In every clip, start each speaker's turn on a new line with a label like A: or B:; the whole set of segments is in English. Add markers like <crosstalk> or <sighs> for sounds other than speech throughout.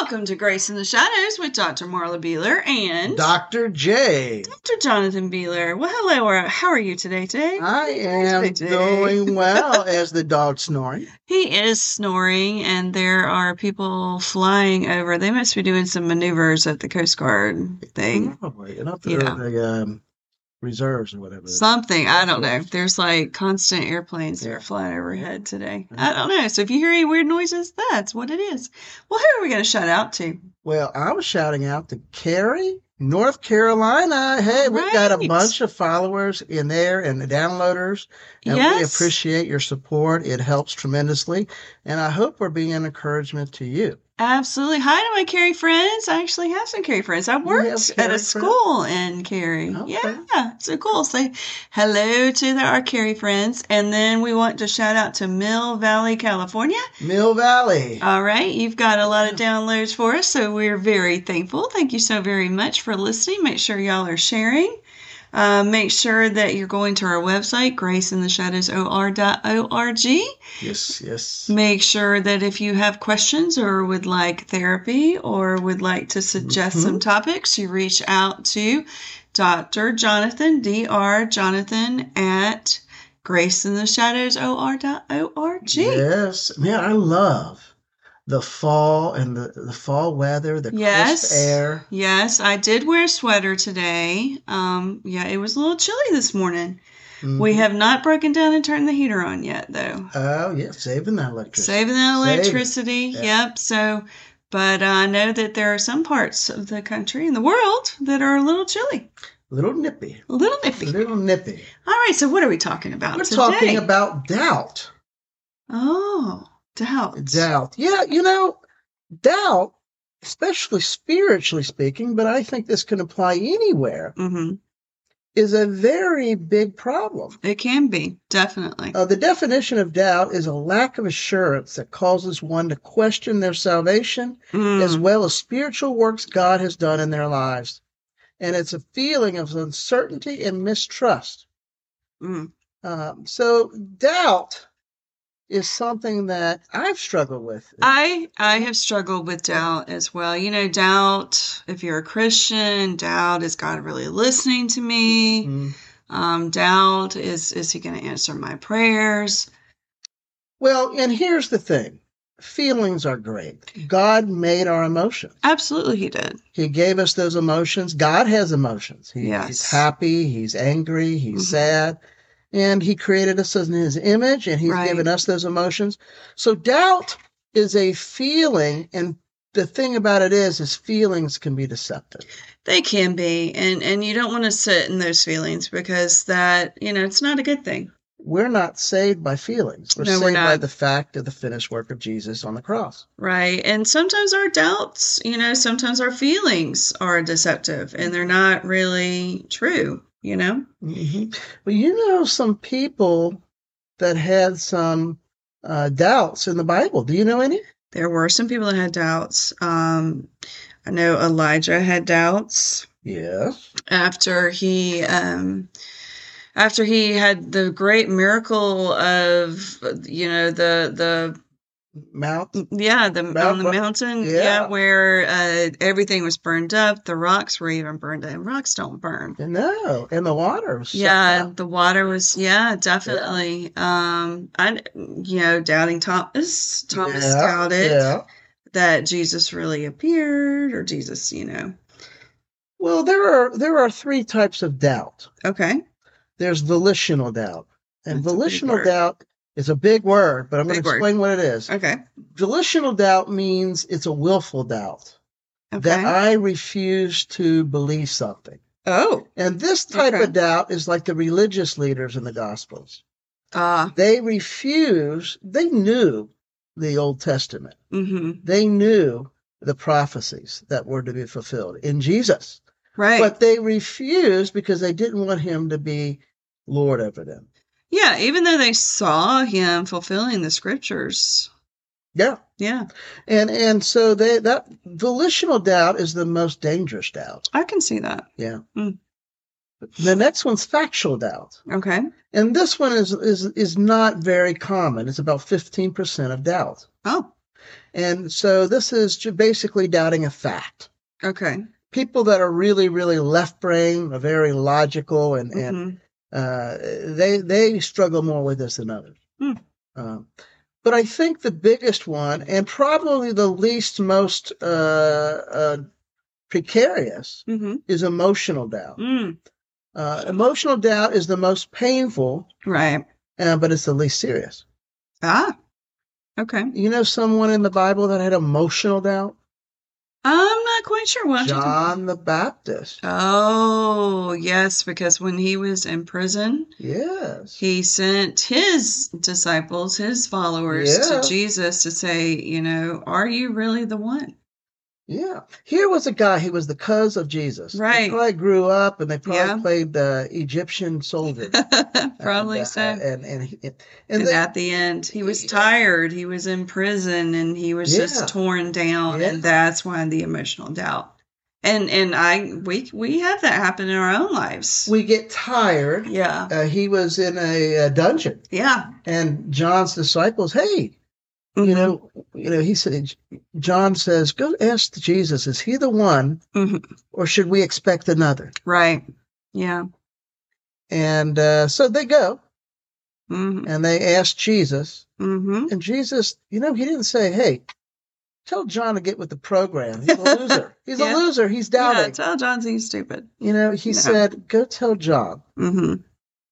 A: Welcome to Grace in the Shadows with Dr. Marla Beeler and
B: Dr. J.
A: Dr. Jonathan Beeler. Well, hello. uh, How are you today, today?
B: I am
A: Dr. J.
B: doing well as the dog snoring.
A: He is snoring, and there are people flying over. They must be doing some maneuvers at the Coast Guard thing.
B: Probably. And Oh, up
A: You
B: there are the um, reserves or whatever.
A: Something. I don't know. There's like constant airplanes that
B: Yeah. Mm-hmm.
A: are flying overhead today.
B: Yeah.
A: I don't know. So if you hear any weird noises, that's what it is. Well, who are we going to shout out to?
B: well, I was shouting out to Carrie, North Carolina. Hey, we've got a
A: Right.
B: bunch of followers in there and the downloaders. And we
A: yes.
B: appreciate your support. It helps tremendously. And I hope we're being an encouragement to you.
A: Absolutely. Hi to my Carrie friends. I actually have some Carrie friends. I worked
B: Carrie
A: at a
B: friends?
A: school in Carrie.
B: Okay.
A: Yeah. So cool. Say hello to the, our Carrie friends. And then we want to shout out to Mill Valley, California.
B: Mill Valley.
A: All right. You've got a lot of downloads for us. So we're very thankful. Thank you so very much for listening. Make sure y'all are sharing. Uh, make sure that you're going to our website, graceintheshadowsor.org.
B: yes, yes.
A: Make sure that if you have questions or would like therapy or would like to suggest some topics, you reach out to Dr. Jonathan, Dr. Jonathan at graceintheshadowsor.org.
B: Yes, man, I love the fall and the, the fall weather, the
A: Yes.
B: crisp air.
A: Yes, I did wear a sweater today. Um, yeah, it was a little chilly this morning. We
B: Mhm.
A: have not broken down and turned the heater on yet, though.
B: oh yeah, saving that electricity.
A: Saving that
B: Save it.
A: electricity.
B: Yeah.
A: Yep. So, but I know that there are some parts of the country and the world that are a little chilly,
B: little nippy,
A: a little nippy.
B: little nippy.
A: All right. So, what are we talking about
B: We're
A: today?
B: talking about doubt,
A: oh, doubt.
B: doubt. Yeah, you know, doubt, especially spiritually speaking, but I think this can apply anywhere,
A: hmm
B: is a very big problem.
A: It can be definitely.
B: Uh, the definition of doubt is a lack of assurance that causes one to question their salvation
A: Mm.
B: as well as spiritual works God has done in their lives. And it's a feeling of uncertainty and mistrust.
A: Mm.
B: Um, so, doubt is something that I've struggled with.
A: I I have struggled with doubt as well. You know, doubt. If you're a Christian, doubt is God really listening to me?
B: Mm.
A: Um, doubt is is He going to answer my prayers?
B: Well, and here's the thing feelings are great. God made our emotions,
A: Absolutely, He did.
B: He gave us those emotions. God has emotions. He- He's
A: Yes.
B: happy, He's angry, He's
A: Mhm.
B: sad. And he created us in his image and he's
A: Right.
B: given us those emotions. So doubt is a feeling and the thing about it is is feelings can be deceptive.
A: They can be, and and you don't want to sit in those feelings because that you know it's not a good thing.
B: We're not saved by feelings. We're
A: No,
B: saved
A: we're
B: by
A: not.
B: the fact of the finished work of Jesus on the cross.
A: Right. And sometimes our doubts, you know, sometimes our feelings are deceptive and they're not really true, you know? Mm-hmm.
B: Well, you know some people that had some uh, doubts in the Bible. Do you know any?
A: There were some people that had doubts. Um, I know Elijah had doubts
B: Yes.
A: after he um after he had the great miracle of you know the the
B: Mount.
A: Yeah, the
B: Mount
A: on the
B: Mo-
A: mountain, yeah,
B: yeah.
A: where uh, everything was burned up. The rocks were even burned up. Rocks don't burn.
B: No, and the water. was shut
A: Yeah,
B: out.
A: the water was. Yeah, definitely. Um, I you know doubting Thomas. Thomas
B: Yeah,
A: doubted
B: Yeah.
A: that Jesus really appeared, or Jesus. You know.
B: Well, there are there are three types of doubt.
A: Okay.
B: there's volitional doubt. And
A: That's a big
B: volitional
A: word.
B: doubt is a big word, but I'm going
A: Big
B: to
A: word.
B: explain what it is.
A: Okay.
B: Volitional doubt means it's a willful doubt
A: Okay.
B: that I refuse to believe something.
A: oh.
B: And this type
A: Okay.
B: of doubt is like the religious leaders in the Gospels.
A: Ah.
B: They refuse, they knew the Old Testament,
A: hmm
B: they knew the prophecies that were to be fulfilled in Jesus,
A: Right.
B: but they refused because they didn't want him to be Lord over them.
A: yeah. Even though they saw him fulfilling the scriptures.
B: Yeah.
A: Yeah,
B: And and so they that volitional doubt is the most dangerous doubt.
A: I can see that.
B: Yeah.
A: Mm.
B: The next one's factual doubt.
A: Okay.
B: And this one is is is not very common. It's about 15% of doubt.
A: Oh.
B: And so this is ju- basically doubting a fact.
A: Okay.
B: People that are really, really left brain, are very logical, and, and
A: Mhm.
B: uh, they they struggle more with this than others.
A: Hmm.
B: Um, but I think the biggest one, and probably the least most uh, uh, precarious,
A: Mhm.
B: is emotional doubt.
A: Mm.
B: Uh, emotional doubt is the most painful,
A: Right.
B: uh, but it's the least serious.
A: Ah. Okay.
B: You know someone in the Bible that had emotional doubt?
A: I'm not quite sure what.
B: John the Baptist.
A: Oh, yes, because when he was in prison,
B: Yes.
A: he sent his disciples, his followers
B: Yeah.
A: to Jesus to say, you know, are you really the one? <laughs>
B: Yeah. Here was a guy, he was the cuz of Jesus. He
A: Right.
B: probably grew up and they probably
A: Yeah.
B: played the Egyptian soldier.
A: Probably
B: and, uh,
A: so.
B: And and he- and,
A: and
B: they-
A: at the end, he was
B: Yeah.
A: tired. He was in prison, and he was
B: Yeah.
A: just torn down,
B: Yeah.
A: and that's why the emotional doubt. And and I we we have that happen in our own lives.
B: we get tired.
A: yeah,
B: Uh, he was in a, uh dungeon
A: yeah.
B: and John's disciples, "Hey,
A: Mm-hmm.
B: you know, you know, he said John says, "Go ask Jesus, is he the one
A: Mhm.
B: or should we expect another?"
A: right? Yeah.
B: And uh, so they go
A: Mm-hmm.
B: and they ask Jesus,
A: Mm-hmm.
B: And Jesus, you know, he didn't say, hey, tell John to get with the program. He's a loser.
A: <laughs>
B: He's
A: Yeah.
B: a loser. He's
A: Yeah,
B: doubting.
A: tell John he's stupid.
B: you know, he
A: No.
B: said, go tell John
A: Mm-hmm.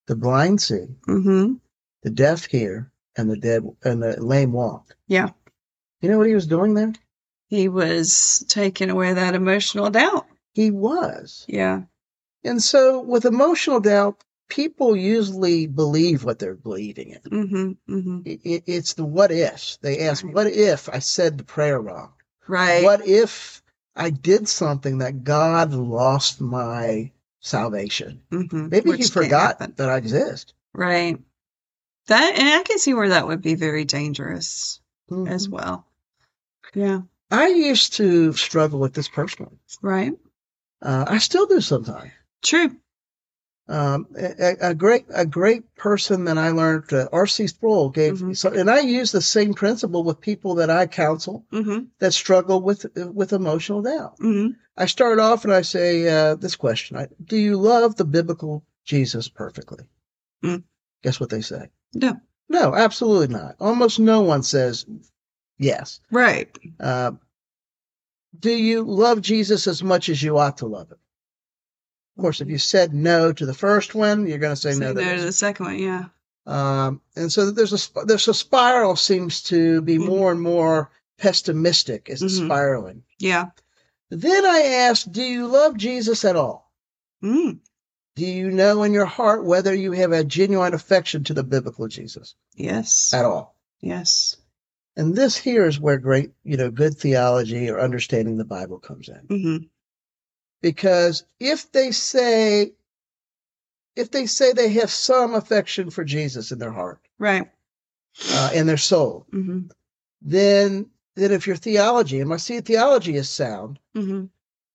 B: the blind see,
A: Mm-hmm.
B: the deaf hear, and the dead and the lame walk.
A: Yeah.
B: You know what he was doing there?
A: He was taking away that emotional doubt.
B: He was.
A: Yeah.
B: And so with emotional doubt, people usually believe what they're believing in.
A: Mm-hmm. Mm-hmm.
B: I- i- It's the what ifs. They ask,
A: Right.
B: what if I said the prayer wrong?
A: Right.
B: What if I did something that God lost my salvation?
A: Mm-hmm.
B: Maybe He forgot that I exist.
A: Right. That and I can see where that would be very dangerous
B: Mm-hmm.
A: as well. Yeah.
B: I used to struggle with this personally.
A: Right.
B: Uh, I still do sometimes.
A: True.
B: Um, a, a- a great, a great person that I learned, uh, R.C. Sproul gave,
A: Mhm.
B: so, and I use the same principle with people that I counsel
A: Mm-hmm.
B: that struggle with with emotional doubt.
A: Mm-hmm.
B: I start off and I say uh, this question: I, Do you love the biblical Jesus perfectly?
A: Mm.
B: Guess what they say?
A: No.
B: No, absolutely not. Almost no one says yes.
A: Right.
B: Uh, do you love Jesus as much as you ought to love him? Of course, if you said no to the first one, you're going to say
A: Say
B: no. to
A: to
B: this.
A: the second one, yeah.
B: Um, and so there's a sp- there's a spiral seems to be
A: Mhm.
B: more and more pessimistic as it's
A: Mhm.
B: spiraling.
A: Yeah.
B: Then I ask, do you love Jesus at all?
A: Mm.
B: Do you know in your heart whether you have a genuine affection to the biblical Jesus
A: Yes.
B: at all?
A: Yes.
B: And this here is where great, you know, good theology or understanding the Bible comes in.
A: Mm-hmm.
B: Because if they say, if they say they have some affection for Jesus in their heart,
A: Right.
B: uh, in their soul,
A: Mm-hmm.
B: then, then if your theology, and my see theology is sound,
A: Mm-hmm.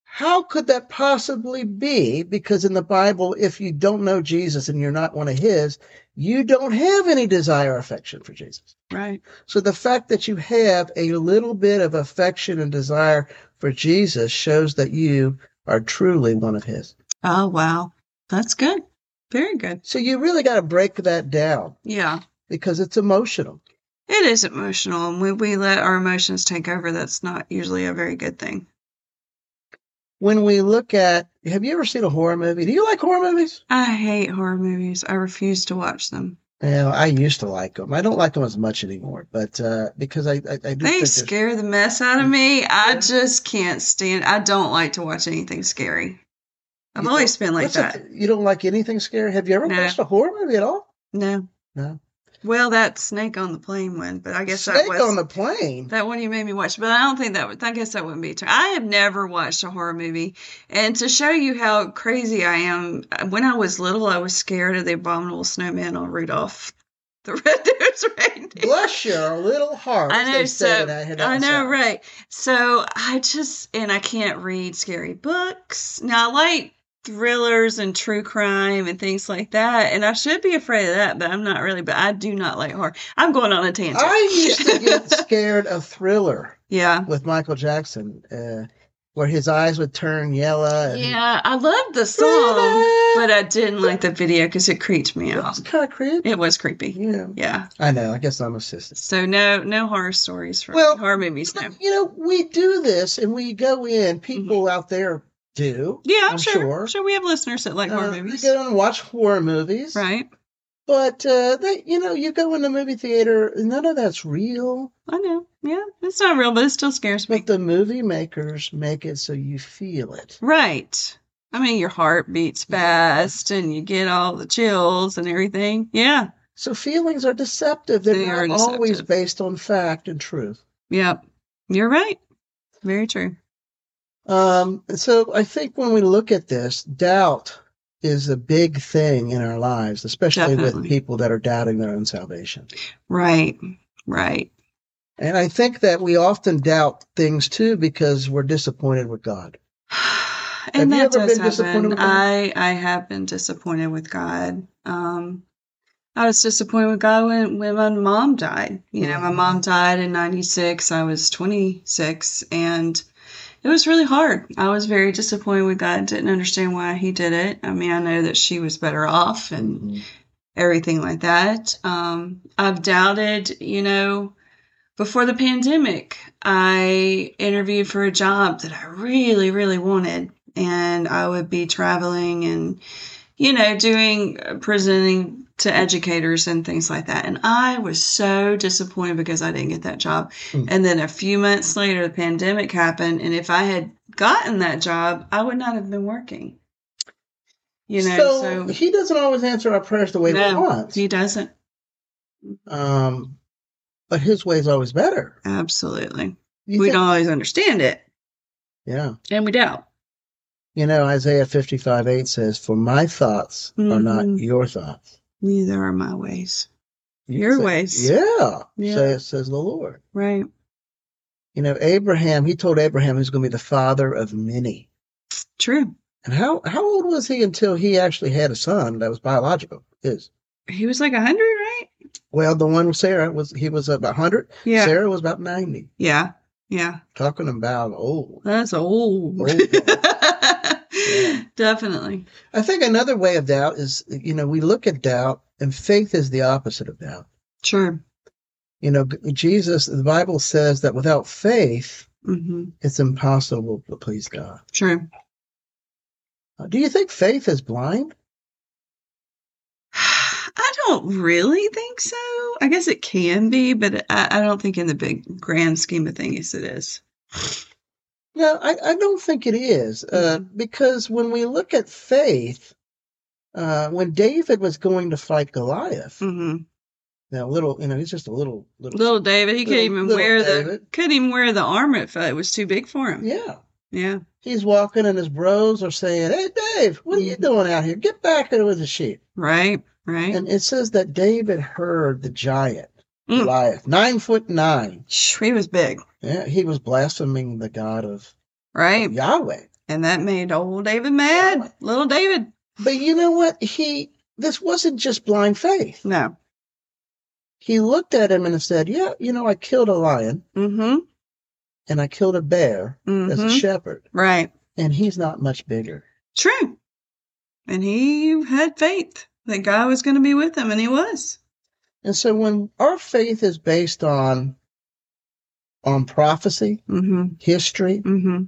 B: how could that possibly be? Because in the Bible, if you don't know Jesus and you're not one of his, you don't have any desire or affection for Jesus.
A: Right.
B: So the fact that you have a little bit of affection and desire for Jesus shows that you are truly one of his.
A: Oh wow. That's good. Very good.
B: So you really got to break that down
A: Yeah.
B: because it's emotional.
A: It is emotional, and when we let our emotions take over, that's not usually a very good thing.
B: When we look at, have you ever seen a horror movie? Do you like horror movies?
A: I hate horror movies. I refuse to watch them.
B: Yeah, I used to like them. I don't like them as much anymore, but uh, because I, I, I do think
A: They
B: they're-
A: scare the mess out of me. I
B: Yeah.
A: just can't stand. I don't like to watch anything scary. I've
B: You
A: always been like
B: what's the-
A: that.
B: you don't like anything scary? Have you ever
A: No.
B: watched a horror movie at all?
A: no.
B: No.
A: Well, that snake on the plane one, but I guess that
B: Snake
A: was
B: on the plane.
A: that one you made me watch. But I don't think that would. I guess that wouldn't be. a turn- I have never watched a horror movie, and to show you how crazy I am, when I was little, I was scared of the abominable snowman on Rudolph, <laughs> the red-nosed reindeer.
B: Bless your little heart.
A: I know,
B: they say
A: so
B: in that- in that
A: I know,
B: song.
A: right? So I just and I can't read scary books. Now I like thrillers and true crime and things like that. And I should be afraid of that, but I'm not really. But I do not like horror. I'm going on a tangent.
B: I used to get scared of Thriller
A: <laughs> yeah.
B: with Michael Jackson, uh, where his eyes would turn yellow. And
A: Yeah. I loved the song, but I didn't like the video because it creeped me out.
B: it's kind of creepy.
A: It was creepy.
B: Yeah,
A: Yeah.
B: I know. I guess I'm a sister.
A: So no, no horror stories for
B: Well,
A: horror movies. No. Mm-hmm.
B: You know, we do this, and we go in. People out there do.
A: Yeah, I'm,
B: I'm
A: sure.
B: sure.
A: Sure, we have listeners that like horror
B: Uh,
A: movies,
B: They go and watch horror movies,
A: right?
B: But uh, they, you know, you go in the movie theater. None of that's real.
A: I know. Yeah, it's not real, but it still scares me.
B: But the movie makers make it so you feel it.
A: Right. I mean, your heart beats fast and you get all the chills and everything. Yeah.
B: So feelings are deceptive. They're
A: They
B: not
A: are
B: always
A: deceptive.
B: based on fact and truth.
A: Yep. You're right. Very true.
B: Um, and so I think when we look at this, doubt is a big thing in our lives, especially with
A: Definitely.
B: people that are doubting their own salvation.
A: Right. Right.
B: And I think that we often doubt things too because we're disappointed with God.
A: <sighs> And
B: Have you
A: that
B: ever
A: does
B: been disappointed
A: happen.
B: with God?
A: I I have been disappointed with God. Um I was disappointed with God when, when my mom died. You know, my
B: Mhm.
A: mom died in 96. I was 26 and it was really hard. I was very disappointed with God. Didn't understand why he did it. I mean, I know that she was better off and everything like that. Um, I've doubted, you know, before the pandemic, I interviewed for a job that I really, really wanted, and I would be traveling and, you know, doing uh, presenting to educators and things like that. And I was so disappointed because I didn't get that job.
B: Mm.
A: And then a few months later, the pandemic happened, and if I had gotten that job, I would not have been working. You know,
B: so,
A: so
B: he doesn't always answer our prayers the way we
A: No,
B: want.
A: he doesn't.
B: Um, but his way is always better.
A: Absolutely.
B: You
A: we
B: think-
A: don't always understand it
B: Yeah.
A: and we doubt.
B: You know, Isaiah 55 8 says, For my thoughts are not
A: Mhm.
B: your thoughts.
A: Neither are my ways.
B: You
A: Your
B: say-
A: ways.
B: Yeah.
A: Yeah.
B: Say, says the Lord.
A: Right.
B: You know, Abraham, he told Abraham he's going to be the father of many.
A: True.
B: And how, how old was he until he actually had a son that was biological? His.
A: He was like a 100, right?
B: Well, the one with Sarah was, he was about 100.
A: Yeah.
B: Sarah was about 90.
A: Yeah. Yeah.
B: Talking about old.
A: That's old.
B: Old. Yeah.
A: <laughs> Definitely.
B: I think another way of doubt is, you know, we look at doubt and faith is the opposite of doubt.
A: Sure.
B: You know, G- Jesus, the Bible says that without faith,
A: Mm-hmm.
B: it's impossible to please God.
A: True.
B: Uh, Do you think faith is blind?
A: I don't really think so. I guess it can be, but I, I don't think in the big grand scheme of things it is.
B: No, I, I don't think it is. Uh,
A: Mm-hmm.
B: because when we look at faith, uh, when David was going to fight Goliath,
A: Mm-hmm.
B: now little, you know, he's just a little, little,
A: Little David, he couldn't
B: Little-
A: even
B: little
A: wear the
B: David.
A: couldn't even wear the armor. It felt it was too big for him.
B: yeah.
A: Yeah.
B: He's walking and his bros are saying, Hey, Dave, what are you
A: Mhm.
B: doing out here? Get back with the sheep.
A: Right. Right.
B: And it says that David heard the giant,
A: Mm.
B: Goliath, nine foot nine.
A: Shh, He was big,
B: Yeah, he was blaspheming the God of
A: right?
B: Yahweh.
A: And that made old David mad.
B: Yeah.
A: Little David.
B: But you know what? He this wasn't just blind faith.
A: No.
B: He looked at him and said, "Yeah, you know, I killed a lion
A: Mm-hmm.
B: and I killed a bear as a
A: Mm-hmm.
B: shepherd,
A: Right.
B: and he's not much bigger."
A: True. And he had faith that God was going to be with him, and he was.
B: And so, when our faith is based on on prophecy,
A: Mm-hmm.
B: history,
A: Mm-hmm.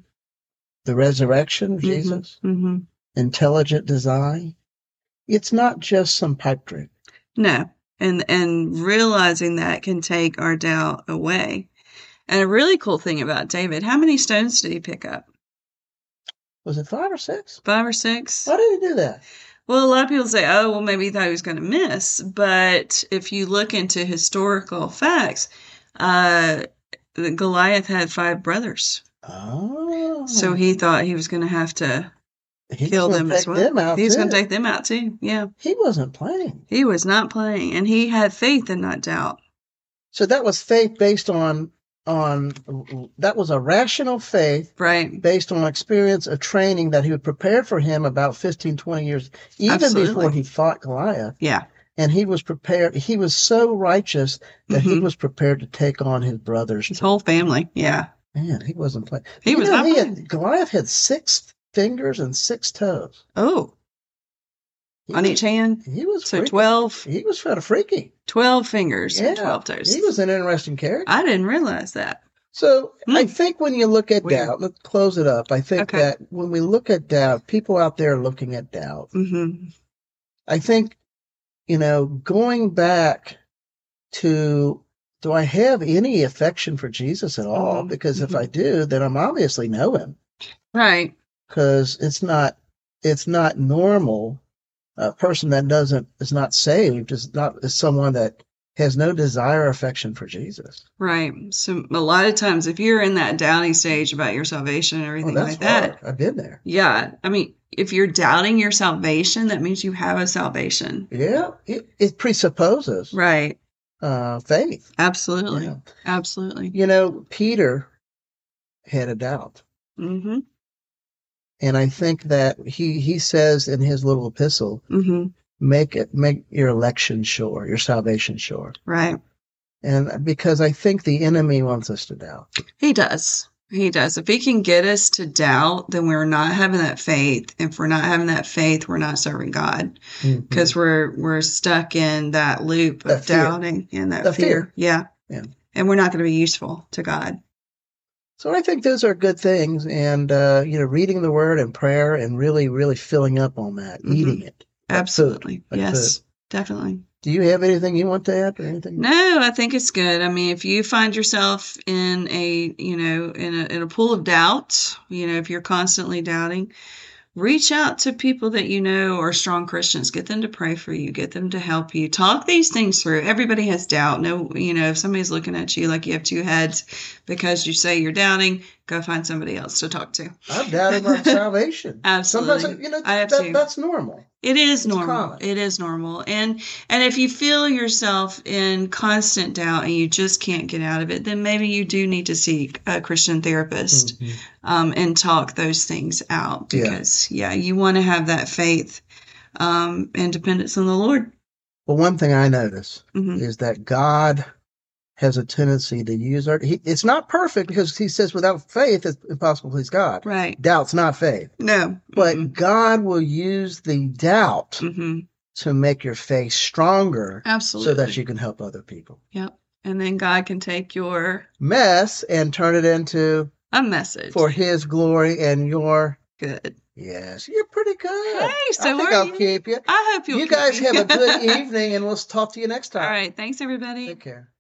B: the resurrection
A: Mhm.
B: of Jesus,
A: Mm-hmm.
B: intelligent design, it's not just some pipe dream.
A: No. And and realizing that can take our doubt away. And a really cool thing about David, how many stones did he pick up?
B: Was it five or six?
A: Five or six?
B: Why did he do that?
A: Well, a lot of people say, oh, well, maybe he thought he was going to miss. But if you look into historical facts, uh, the Goliath had five brothers.
B: Oh,
A: So he thought he was going to have to,
B: he was
A: killed
B: Oh. gonna
A: him
B: take
A: as well.
B: them out
A: he was
B: too.
A: going to take them out too. Yeah.
B: He wasn't playing.
A: He was not playing and he had faith and not doubt.
B: So that was faith based on on that was a rational faith
A: Right.
B: based on experience of training that he had prepared for him about 15, 20 years, even
A: Absolutely.
B: before he fought Goliath.
A: Yeah.
B: And he was prepared. He was so righteous that he
A: Mhm.
B: was prepared to take on his brothers.
A: His whole family. Yeah.
B: Man, he wasn't playing.
A: He
B: You
A: was
B: know,
A: not.
B: he
A: playing.
B: had, Goliath had six fingers and six toes.
A: oh,
B: He
A: on
B: was-
A: each hand.
B: He was
A: So
B: freaky.
A: 12,
B: He was kind of freaky.
A: 12 fingers and
B: Yeah.
A: 12 toes.
B: He was an interesting character.
A: I didn't realize that.
B: So
A: Hmm.
B: I think when you look at
A: Weird.
B: doubt, let's close it up. I think
A: Okay.
B: that when we look at doubt, people out there are looking at doubt.
A: hmm
B: I think, you know, going back to do I have any affection for Jesus at all?
A: Mhm.
B: Because if
A: Mhm.
B: I do, then I'm obviously know him.
A: Right.
B: because it's not it's not normal. A person that doesn't is not saved is not is someone that has no desire or affection for Jesus.
A: Right. So a lot of times, if you're in that doubting stage about your salvation and
B: Oh,
A: everything
B: that's
A: like that,
B: hard. I've been there.
A: yeah. I mean, if you're doubting your salvation, that means you have a salvation.
B: Yeah, it, it presupposes
A: Right.
B: uh, faith.
A: Absolutely.
B: Yeah.
A: Absolutely.
B: You know, Peter had a doubt,
A: Mm-hmm.
B: and I think that he he says in his little epistle,
A: Mm-hmm.
B: "Make it make your election sure, your salvation sure,"
A: Right.
B: and because I think the enemy wants us to doubt.
A: He does. He does. If he can get us to doubt, then we're not having that faith. If we're not having that faith, we're not serving God
B: Mhm.
A: because we're we're stuck in that loop of
B: That fear.
A: doubting and that
B: That
A: fear.
B: fear.
A: Yeah.
B: Yeah.
A: And we're not going to be useful to God.
B: So I think those are good things, and uh, you know, reading the Word and prayer, and really, really filling up on that,
A: Mhm.
B: eating it. That's it.
A: Absolutely.
B: That's
A: yes. Definitely.
B: Do you have anything you want to add or anything?
A: No, I think it's good. I mean, if you find yourself in a, you know, in a in a pool of doubt, you know, if you're constantly doubting, reach out to people that you know are strong Christians. Get them to pray for you, get them to help you. Talk these things through. Everybody has doubt. No, you know, if somebody's looking at you like you have two heads because you say you're doubting, go find somebody else to talk to.
B: I've doubted
A: <laughs>
B: my salvation.
A: Absolutely.
B: Sometimes you know
A: I have
B: that,
A: too.
B: that's normal.
A: It is
B: It's
A: normal.
B: common.
A: It is normal. And and if you feel yourself in constant doubt and you just can't get out of it, then maybe you do need to seek a Christian therapist
B: Mm-hmm.
A: um, and talk those things out
B: Hmm. Yeah.
A: because yeah, you want to have that faith um, and dependence on the Lord.
B: But one thing I notice
A: hmm
B: is that God has a tendency to use our. He, it's not perfect because He says without faith it's impossible to please God.
A: Right.
B: Doubt's not faith,
A: No. Mm-hmm.
B: but God will use the doubt
A: hmm
B: to make your faith stronger,
A: absolutely.
B: so that you can help other people.
A: Yep. And then God can take your
B: mess and turn it into
A: a message
B: for his glory and your
A: good.
B: yes you're pretty good
A: Hey, so
B: i think
A: are
B: i'll
A: you?
B: keep you
A: I hope you'll
B: you
A: keep
B: guys
A: me. <laughs>
B: have a good evening and we'll talk to you next time
A: All right. Thanks everybody.
B: take care